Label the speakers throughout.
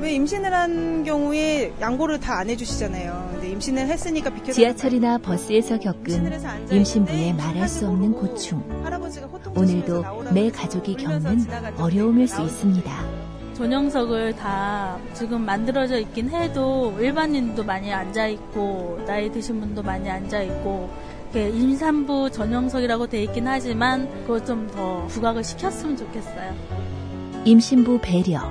Speaker 1: 왜 임신을 한 경우에 양보를 다 안 해주시잖아요. 근데 임신을 했으니까 비켜.
Speaker 2: 지하철이나 버스에서 겪은 임신부의 말할 수 없는 고충. 오늘도 매 가족이 겪는 어려움일 수 있습니다.
Speaker 3: 전용석을 다 지금 만들어져 있긴 해도 일반인도 많이 앉아 있고 나이 드신 분도 많이 앉아 있고 이렇게 임산부 전용석이라고 돼 있긴 하지만 그걸 좀 더 부각을 시켰으면 좋겠어요.
Speaker 2: 임신부 배려,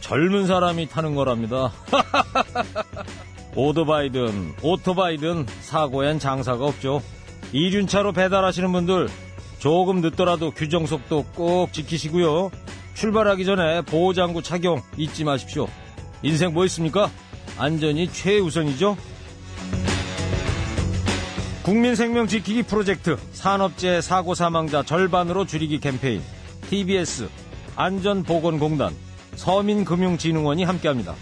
Speaker 4: 젊은 사람이 타는 거랍니다. 오토바이든 오토바이든 사고엔 장사가 없죠. 이륜차로 배달하시는 분들 조금 늦더라도 규정 속도 꼭 지키시고요. 출발하기 전에 보호장구 착용 잊지 마십시오. 인생 뭐 있습니까? 안전이 최우선이죠. 국민 생명 지키기 프로젝트 산업재해 사고 사망자 절반으로 줄이기 캠페인 TBS 안전보건공단 서민금융진흥원이 함께합니다.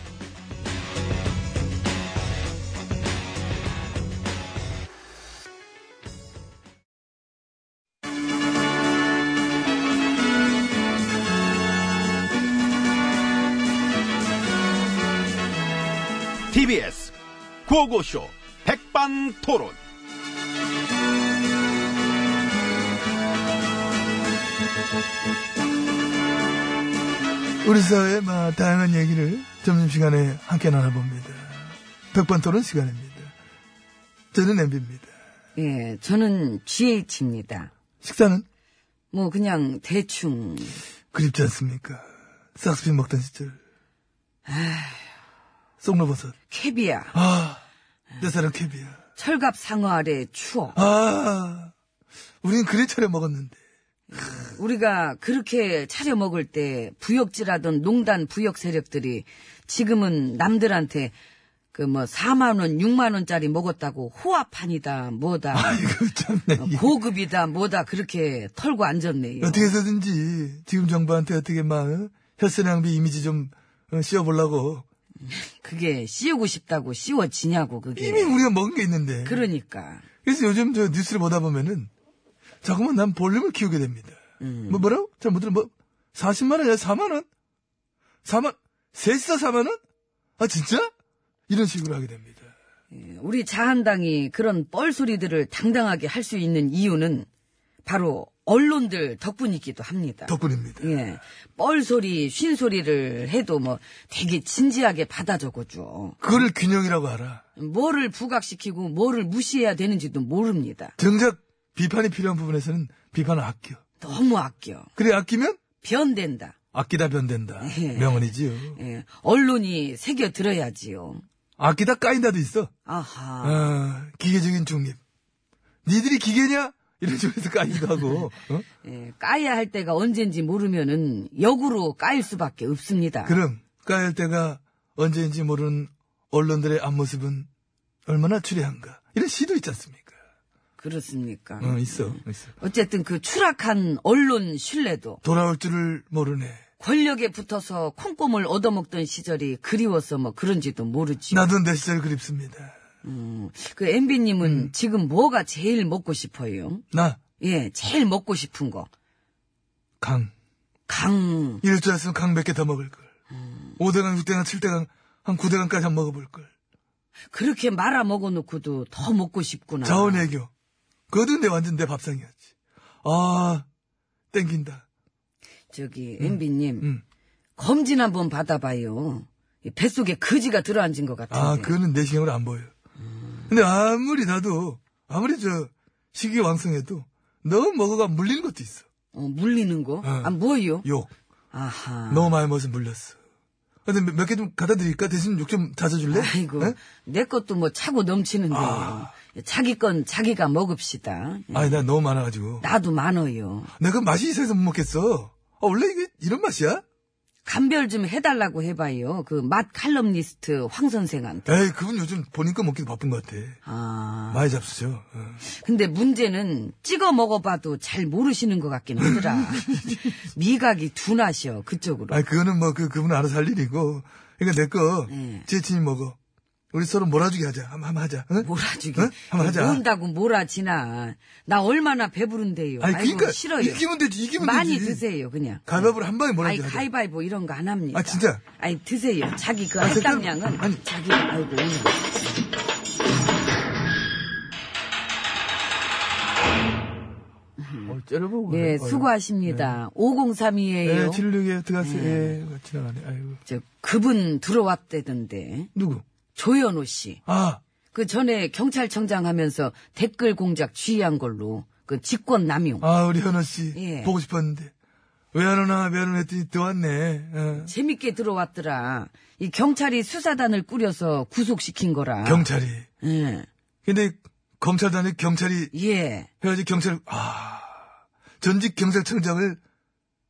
Speaker 5: TBS 구호고쇼 백반토론.
Speaker 6: 우리 사회의 막 다양한 얘기를 점심시간에 함께 나눠봅니다. 백반토론 시간입니다. 저는 엠비입니다.
Speaker 7: 예, 저는 GH입니다.
Speaker 6: 식사는
Speaker 7: 뭐 그냥 대충
Speaker 6: 그립지 않습니까? 싹스핀 먹던 시절. 쏙로버섯.
Speaker 7: 캐비아,
Speaker 6: 아, 내 사랑 캐비아.
Speaker 7: 철갑 상어 아래 추억.
Speaker 6: 아, 우린 그래 차려 먹었는데.
Speaker 7: 우리가 그렇게 차려 먹을 때 부역질하던 농단 부역 세력들이 지금은 남들한테 그 뭐 4만 원, 6만 원짜리 먹었다고 호화판이다 뭐다 뭐
Speaker 6: 아이고, 예. 참네. 이게.
Speaker 7: 고급이다 뭐다 그렇게 털고 앉았네요.
Speaker 6: 어떻게 해서든지 지금 정부한테 어떻게 막 어? 혈세낭비 이미지 좀 어, 씌워보려고.
Speaker 7: 그게 씌우고 싶다고 씌워지냐고 그게.
Speaker 6: 이미 뭐 우리가 먹은 게 있는데.
Speaker 7: 그러니까
Speaker 6: 그래서 요즘 저 뉴스를 보다 보면은 자꾸만 난 볼륨을 키우게 됩니다.
Speaker 7: 음.
Speaker 6: 뭐 뭐라고? 잘 못 들어. 뭐 40만 원이야 4만 원? 4만 셋이서 4만 원? 아 진짜? 이런 식으로 하게 됩니다.
Speaker 7: 우리 자한당이 그런 뻘소리들을 당당하게 할 수 있는 이유는 바로 언론들 덕분이기도 합니다.
Speaker 6: 덕분입니다.
Speaker 7: 예. 뻘소리, 쉰소리를 해도 뭐 되게 진지하게 받아 적어줘.
Speaker 6: 그거를 균형이라고 알아.
Speaker 7: 뭐를 부각시키고 뭐를 무시해야 되는지도 모릅니다.
Speaker 6: 정작 비판이 필요한 부분에서는 비판을 아껴.
Speaker 7: 너무 아껴.
Speaker 6: 그래 아끼면
Speaker 7: 변된다.
Speaker 6: 아끼다 변된다.
Speaker 7: 예.
Speaker 6: 명언이지요.
Speaker 7: 예. 언론이 새겨들어야지요.
Speaker 6: 아끼다 까인다도 있어.
Speaker 7: 아하.
Speaker 6: 아, 기계적인 중립. 니들이 기계냐? 이런 식으로서 까이기도 하고. 어?
Speaker 7: 예, 까야 할 때가 언젠지 모르면은 역으로 까일 수밖에 없습니다.
Speaker 6: 그럼 까일 때가 언제인지 모르는 언론들의 앞모습은 얼마나 추리한가. 이런 시도 있지 않습니까?
Speaker 7: 그렇습니까?
Speaker 6: 어, 있어, 있어.
Speaker 7: 어쨌든 그 추락한 언론 신뢰도
Speaker 6: 돌아올 줄을 모르네.
Speaker 7: 권력에 붙어서 콩고물 얻어먹던 시절이 그리워서 뭐 그런지도 모르지.
Speaker 6: 나도 내 시절 그립습니다.
Speaker 7: 음, 그 MB님은
Speaker 6: 음.
Speaker 7: 지금 뭐가 제일 먹고 싶어요?
Speaker 6: 나,
Speaker 7: 예, 제일 먹고 싶은 거.
Speaker 6: 강.
Speaker 7: 강,
Speaker 6: 이럴 줄 알았으면 강 몇 개 더 먹을걸. 5대강, 6대강, 7대강, 한 9대강까지 한 먹어볼걸.
Speaker 7: 그렇게 말아 먹어놓고도 더 먹고 싶구나.
Speaker 6: 자원외교. 그것도 내 완전 내 밥상이었지. 아, 땡긴다.
Speaker 7: 저기, MB님,
Speaker 6: 음.
Speaker 7: 검진 한번 받아봐요. 이 뱃속에 거지가 들어앉은 것 같은데.
Speaker 6: 아, 그거는 내 시경으로 안 보여. 근데 아무리 나도, 아무리 저, 식이 왕성해도, 너무 먹어가 물리는 것도 있어.
Speaker 7: 어, 물리는 거?
Speaker 6: 어.
Speaker 7: 아, 뭐요?
Speaker 6: 욕.
Speaker 7: 아하.
Speaker 6: 너무 많이 먹어서 물렸어. 근데 몇 개 좀 갖다 드릴까? 대신 욕 좀 잦아줄래?
Speaker 7: 아이고,
Speaker 6: 예?
Speaker 7: 내 것도 뭐 차고 넘치는데.
Speaker 6: 아.
Speaker 7: 요 자기 건 자기가 먹읍시다.
Speaker 6: 아니, 나 너무 많아가지고.
Speaker 7: 나도 많어요.
Speaker 6: 내가 맛이 있어서 못 먹겠어. 아, 원래 이게 이런 맛이야?
Speaker 7: 감별 좀 해달라고 해봐요. 그 맛 칼럼니스트 황 선생한테.
Speaker 6: 에이, 그분 요즘 본인 거 먹기도 바쁜 것 같아.
Speaker 7: 아.
Speaker 6: 많이 잡수죠. 어.
Speaker 7: 근데 문제는 찍어 먹어봐도 잘 모르시는 것 같긴 하더라. 미각이 둔하셔, 그쪽으로.
Speaker 6: 아니, 그거는 뭐, 그, 그분 알아서 할 일이고. 그러니까 내 거,
Speaker 7: 네.
Speaker 6: 지혜친이 먹어. 우리 서로 몰아주기 하자. 한번, 한번 하자. 응?
Speaker 7: 몰아주기.
Speaker 6: 응? 네? 한번 하자.
Speaker 7: 모은다고 몰아지나. 나 얼마나 배부른데요.
Speaker 6: 아니,
Speaker 7: 아이고,
Speaker 6: 그러니까
Speaker 7: 싫어요.
Speaker 6: 이기면 되지, 이기면
Speaker 7: 많이
Speaker 6: 되지.
Speaker 7: 드세요, 그냥.
Speaker 6: 가위바위보를 한 방에
Speaker 7: 아이
Speaker 6: 몰아주기 하자.
Speaker 7: 가위바위보 이런 거 안 합니다.
Speaker 6: 아, 진짜?
Speaker 7: 아이 드세요. 자기 그
Speaker 6: 아, 진짜?
Speaker 7: 할당량은
Speaker 6: 아니.
Speaker 7: 자기 아이고 오늘.
Speaker 6: 어쩌려고 그래.
Speaker 7: 예
Speaker 6: 네.
Speaker 7: 수고하십니다. 5032예요.
Speaker 6: 예, 716에 들어갔어요. 예, 지나가네. 아이고.
Speaker 7: 저 그분 들어왔대던데
Speaker 6: 누구?
Speaker 7: 조현호 씨.
Speaker 6: 아,
Speaker 7: 그 전에 경찰청장 하면서 댓글 공작 취의한 걸로 그 직권 남용.
Speaker 6: 아, 우리 현호 씨.
Speaker 7: 예.
Speaker 6: 보고 싶었는데. 왜 안 오나, 왜 안 오나 했더니 또 왔네. 어.
Speaker 7: 재밌게 들어왔더라. 이 경찰이 수사단을 꾸려서 구속시킨 거라.
Speaker 6: 경찰이.
Speaker 7: 예.
Speaker 6: 근데, 검찰단이 경찰이
Speaker 7: 예.
Speaker 6: 해야지 경찰, 아, 전직 경찰청장을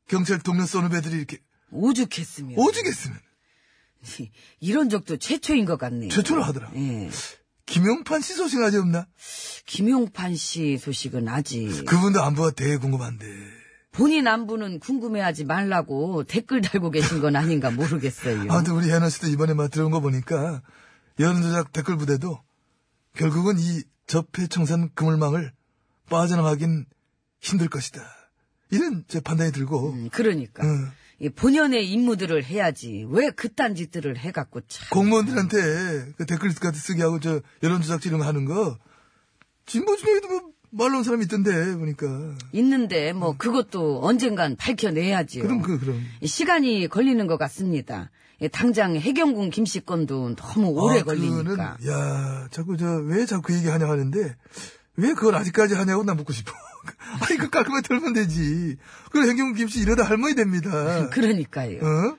Speaker 6: 경찰 동료 써누배들이 이렇게
Speaker 7: 오죽했으면.
Speaker 6: 오죽했으면
Speaker 7: 이런 적도 최초인 것 같네요.
Speaker 6: 최초로 하더라.
Speaker 7: 예.
Speaker 6: 김용판 씨 소식 아직 없나?
Speaker 7: 김용판 씨 소식은 아직
Speaker 6: 그분도 안부가 되게 궁금한데.
Speaker 7: 본인 안부는 궁금해하지 말라고 댓글 달고 계신 건 아닌가 모르겠어요.
Speaker 6: 아무튼 네. 우리 혜나 씨도 이번에 막 들어온 거 보니까 여론조작 댓글 부대도 결국은 이 접해청산 그물망을 빠져나가긴 힘들 것이다. 이런 제 판단이 들고
Speaker 7: 음, 그러니까
Speaker 6: 어.
Speaker 7: 이 본연의 임무들을 해야지 왜 그딴 짓들을 해갖고 참.
Speaker 6: 공무원들한테 그 댓글 같은 쓰기 하고 저 여론조작 이런 거 하는 거 진보 중에도 뭐 말로 온 사람이 있던데 보니까
Speaker 7: 있는데 뭐 그것도 언젠간 밝혀내야지요.
Speaker 6: 그럼 그 그럼
Speaker 7: 이 시간이 걸리는 것 같습니다. 예, 당장 해경군 김씨 건도 너무 오래
Speaker 6: 아,
Speaker 7: 걸리니까.
Speaker 6: 그거는, 야, 자꾸 저, 왜 자꾸 그 얘기 하냐 하는데, 왜 그걸 아직까지 하냐고 나 묻고 싶어. 아니, 그 깔끔하게 털면 되지. 그래, 행경 김씨 이러다 할머니 됩니다.
Speaker 7: 그러니까요.
Speaker 6: 어?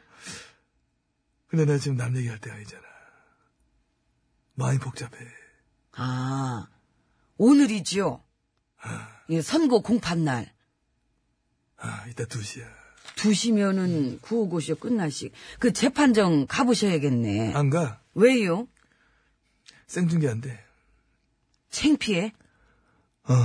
Speaker 6: 근데 내가 지금 남 얘기할 때가 아니잖아. 많이 복잡해.
Speaker 7: 아 오늘이지요. 예, 선거 공판 날.
Speaker 6: 아, 이따 2시야.
Speaker 7: 두시면은 구호고쇼 끝나시. 그 재판정 가보셔야겠네.
Speaker 6: 안 가?
Speaker 7: 왜요?
Speaker 6: 생중계 안 돼.
Speaker 7: 창피해?
Speaker 6: 어.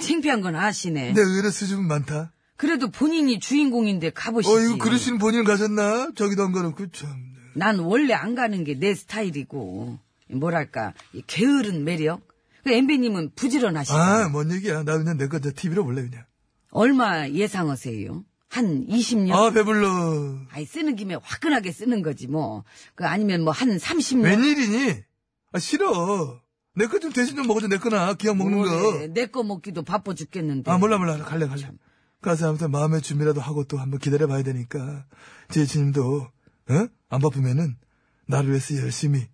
Speaker 7: 창피한 건 아시네.
Speaker 6: 근데 의외로 수줍은 많다.
Speaker 7: 그래도 본인이 주인공인데 가보시지.
Speaker 6: 어, 이거 그러시는 본인 가셨나? 저기도 안 가놓고, 참.
Speaker 7: 난 원래 안 가는 게 내 스타일이고 뭐랄까 이 게으른 매력. 그 엠비님은 부지런하시고
Speaker 6: 아, 뭔 얘기야. 나 그냥 내거 TV로 볼래, 그냥.
Speaker 7: 얼마 예상하세요? 한 20년?
Speaker 6: 아, 배불러.
Speaker 7: 아니 쓰는 김에 화끈하게 쓰는 거지 뭐. 그 아니면 뭐 한 30년?
Speaker 6: 웬일이니? 아, 싫어. 내 거 좀 대신 좀 먹어줘, 내 거나. 기왕 먹는 거.
Speaker 7: 뭐 내거 먹기도 바빠 죽겠는데.
Speaker 6: 아, 몰라, 몰라. 갈래, 갈래. 가서 아무튼 마음의 준비라도 하고 또 한번 기다려봐야 되니까. 지혜진님도, 어? 안 바쁘면은, 나를 위해서 열심히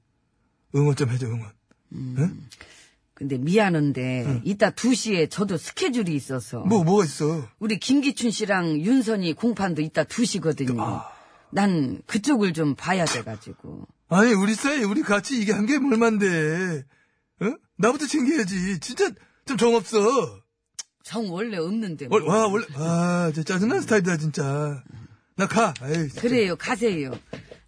Speaker 6: 응원 좀 해줘, 응원. 응?
Speaker 7: 근데 미안한데 이따 2시에 저도 스케줄이 있어서
Speaker 6: 뭐, 뭐가 있어?
Speaker 7: 우리 김기춘 씨랑 윤선이 공판도 이따 2시거든요.
Speaker 6: 아.
Speaker 7: 난 그쪽을 좀 봐야 돼가지고.
Speaker 6: 아니, 우리 사이, 우리 같이 이게 한 게 뭘만데. 어? 나부터 챙겨야지. 진짜 좀 정없어.
Speaker 7: 정 원래 없는데. 뭐.
Speaker 6: 월- 와, 원래, 아, 진짜 짜증난 스타일이다, 진짜. 나 가. 에이, 진짜.
Speaker 7: 그래요, 가세요.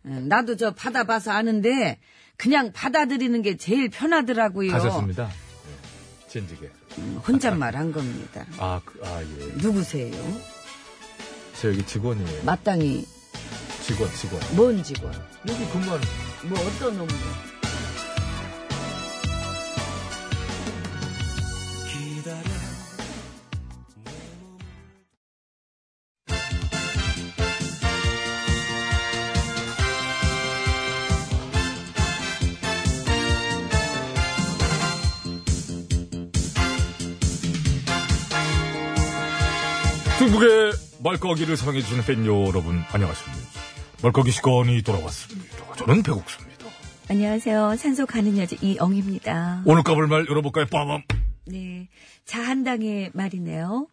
Speaker 7: 음, 나도 저 받아봐서 아는데 그냥 받아들이는 게 제일 편하더라고요.
Speaker 8: 가셨습니다. 예, 진지게.
Speaker 7: 음, 혼잣말 한 겁니다.
Speaker 8: 아, 그, 아, 예.
Speaker 7: 누구세요?
Speaker 8: 저 여기 직원이에요.
Speaker 7: 마땅히
Speaker 8: 직원, 직원.
Speaker 7: 뭔 직원?
Speaker 8: 여기 근무하는.
Speaker 7: 뭐 어떤 업무?
Speaker 8: 중국의 말까기를 사랑해주시는 팬 여러분, 안녕하십니까. 말까기 시간이 돌아왔습니다. 저는 배국수입니다.
Speaker 2: 안녕하세요. 산소 가는 여자 이영입니다.
Speaker 8: 오늘 까불 말 열어볼까요? 빠밤!
Speaker 2: 네. 자한당의 말이네요.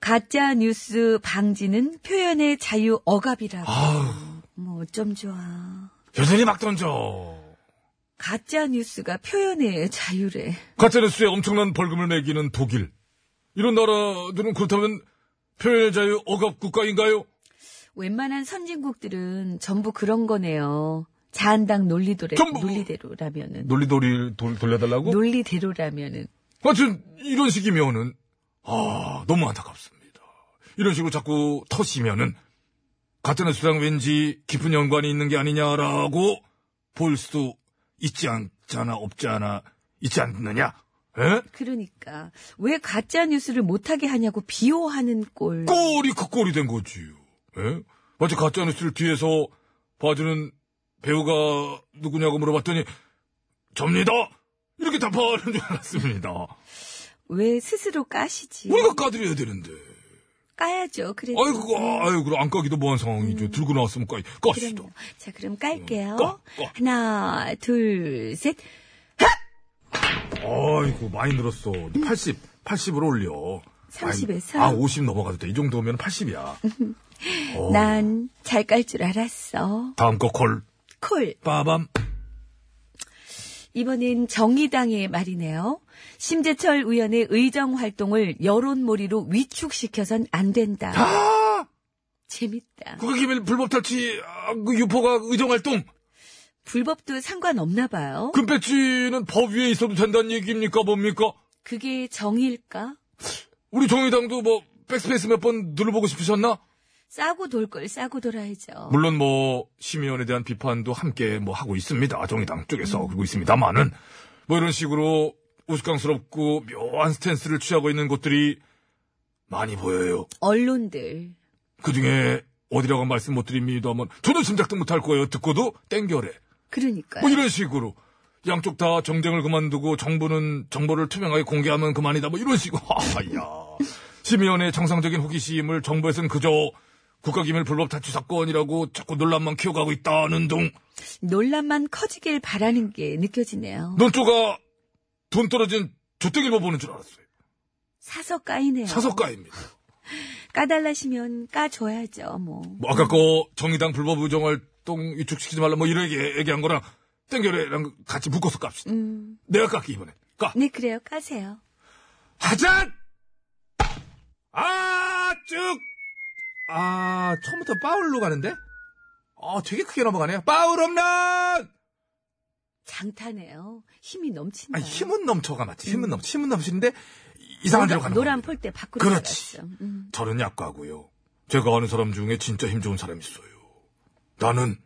Speaker 2: 가짜 뉴스 방지는 표현의 자유 억압이라고.
Speaker 8: 아우.
Speaker 2: 뭐 어쩜 좋아.
Speaker 8: 여전히 막 던져.
Speaker 2: 가짜 뉴스가 표현의 자유래.
Speaker 8: 가짜뉴스에 엄청난 벌금을 매기는 독일. 이런 나라들은 그렇다면 표현의 자유 억압 국가인가요?
Speaker 7: 웬만한 선진국들은 전부 그런 거네요. 자한당 논리도래,
Speaker 6: 전부-
Speaker 7: 논리대로라면은.
Speaker 6: 논리돌이 돌- 돌려달라고?
Speaker 7: 논리대로라면은.
Speaker 6: 하여튼 이런 식이면은 아 너무 안타깝습니다. 이런 식으로 자꾸 터시면은 가짜뉴스랑 왠지 깊은 연관이 있는 게 아니냐라고 볼 수도 있지 않잖아 없잖아 있지 않느냐? 에?
Speaker 7: 그러니까. 왜 가짜뉴스를 못하게 하냐고 비호하는 꼴.
Speaker 6: 꼴이 그 꼴이 된 거지요. 예? 마치 가짜뉴스를 뒤에서 봐주는 배우가 누구냐고 물어봤더니 접니다. 이렇게 답하는 줄 알았습니다.
Speaker 7: 왜 스스로 까시지?
Speaker 6: 우리가 까드려야 되는데.
Speaker 7: 까야죠. 그래도. 음,
Speaker 6: 아이고, 아이고, 안 까기도 뭐한 상황이죠. 들고 나왔으면 까, 까시다.
Speaker 7: 그럼요. 자, 그럼 깔게요.
Speaker 6: 음, 까, 까.
Speaker 7: 하나, 둘, 셋.
Speaker 6: 아이고, 많이 늘었어. 80, 80으로 올려.
Speaker 7: 30 에서?
Speaker 6: 아니, 아, 50 넘어가도 돼. 이 정도면 80이야. 어.
Speaker 7: 난 잘 깔 줄 알았어.
Speaker 6: 다음 거 콜.
Speaker 7: 콜.
Speaker 6: 빠밤.
Speaker 7: 이번엔 정의당의 말이네요. 심재철 의원의 의정 활동을 여론몰이로 위축시켜선 안 된다. 재밌다.
Speaker 6: 아! 국가기밀 불법 탈취, 아, 그 유포가 의정활동.
Speaker 7: 불법도 상관없나 봐요.
Speaker 6: 그 금패치는 법 위에 있어도 된다는 얘기입니까, 뭡니까?
Speaker 7: 그게 정의일까?
Speaker 6: 우리 정의당도 뭐, 백스페이스 몇 번 눌러보고 싶으셨나?
Speaker 7: 싸고 돌 걸 싸고 돌아야죠.
Speaker 6: 물론 뭐, 심의원에 대한 비판도 함께 뭐 하고 있습니다. 정의당 쪽에서. 그러고 있습니다만은, 뭐 이런 식으로 우스꽝스럽고 묘한 스탠스를 취하고 있는 곳들이 많이 보여요.
Speaker 7: 언론들.
Speaker 6: 그 중에 어디라고 말씀 못 드립니다만, 저도 짐작도 못할 거예요. 듣고도 땡겨래.
Speaker 7: 그러니까요.
Speaker 6: 뭐 이런 식으로. 양쪽 다 정쟁을 그만두고 정부는 정보를 투명하게 공개하면 그만이다. 뭐 이런 식으로. 아야. 심의원의 정상적인 호기심을 정부에서는 그저 국가기밀 불법 탈취 사건이라고 자꾸 논란만 키워가고 있다는 둥.
Speaker 7: 논란만 커지길 바라는 게 느껴지네요.
Speaker 6: 논조가 돈 떨어진 조땡일보 보는 줄 알았어요.
Speaker 7: 사서 까이네요.
Speaker 6: 사석가입니다.
Speaker 7: 까달라시면 까줘야죠, 뭐.
Speaker 6: 뭐 아까 거 정의당 불법 의정활동 위축시키지 말라 뭐 이런 얘기, 얘기한 거랑 땡겨래랑 같이 묶어서 깝시다.
Speaker 7: 음.
Speaker 6: 내가 깎기 이번에. 까.
Speaker 7: 네, 그래요. 까세요.
Speaker 6: 하잔! 아, 쭉!
Speaker 9: 아, 처음부터 파울로 가는데? 아, 되게 크게 넘어가네요. 파울 홈런!
Speaker 6: 아,
Speaker 7: 장타네요. 힘이 넘친다.
Speaker 9: 아, 힘은 넘쳐가 맞지. 힘은 넘, 힘은 넘치는데 이상한 데로
Speaker 7: 노란-
Speaker 9: 가는
Speaker 7: 노란
Speaker 9: 거예요.
Speaker 7: 폴대 밖으로
Speaker 6: 그렇지.
Speaker 7: 나갔어. 음.
Speaker 6: 저는 약과고요. 제가 아는 사람 중에 진짜 힘 좋은 사람 이 있어요. 나는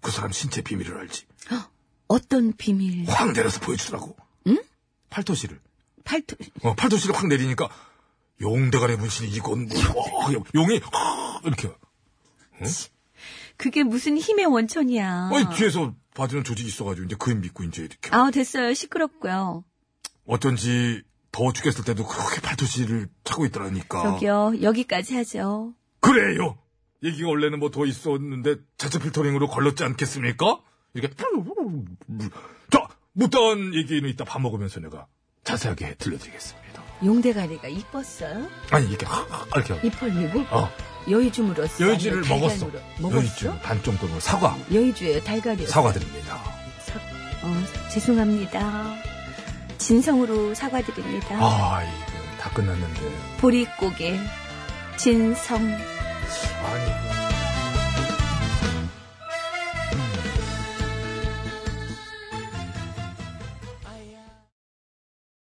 Speaker 6: 그 사람 신체 비밀을 알지.
Speaker 7: 어떤 비밀?
Speaker 6: 확 내려서 보여주더라고. 팔토시를.
Speaker 7: 팔토
Speaker 6: 어, 팔토시를 확 내리니까 용대간의 문신이 이건 뭐, 와, 용이 하, 이렇게.
Speaker 7: 그게 무슨 힘의 원천이야.
Speaker 6: 아니, 뒤에서 봐주는 조직이 있어가지고 이제 그인 믿고 이제 이렇게.
Speaker 7: 아우 됐어요. 시끄럽고요.
Speaker 6: 어쩐지 더워 죽겠을 때도 그렇게 팔토시를 차고 있더라니까.
Speaker 7: 저기요. 여기까지 하죠.
Speaker 6: 그래요. 얘기가 원래는 뭐 더 있었는데 자체 필터링으로 걸렀지 않겠습니까? 이렇게 자 못다한 얘기는 이따 밥 먹으면서 내가 자세하게 들려드리겠습니다.
Speaker 7: 용대가리가 이뻤어요?
Speaker 6: 아니 이렇게 이렇게 하고.
Speaker 7: 입 벌리고
Speaker 6: 어
Speaker 7: 여의주물었어.
Speaker 6: 여의주를
Speaker 7: 아니면
Speaker 6: 먹었어.
Speaker 7: 달걀물어-
Speaker 6: 여의주
Speaker 7: 먹었어?
Speaker 6: 반쪽으로 사과
Speaker 7: 여의주예요. 달걀이요.
Speaker 6: 사과드립니다.
Speaker 7: 사- 어, 죄송합니다. 진성으로 사과드립니다.
Speaker 6: 아 이거 다 끝났는데
Speaker 7: 보릿고개 진성.
Speaker 6: 아니.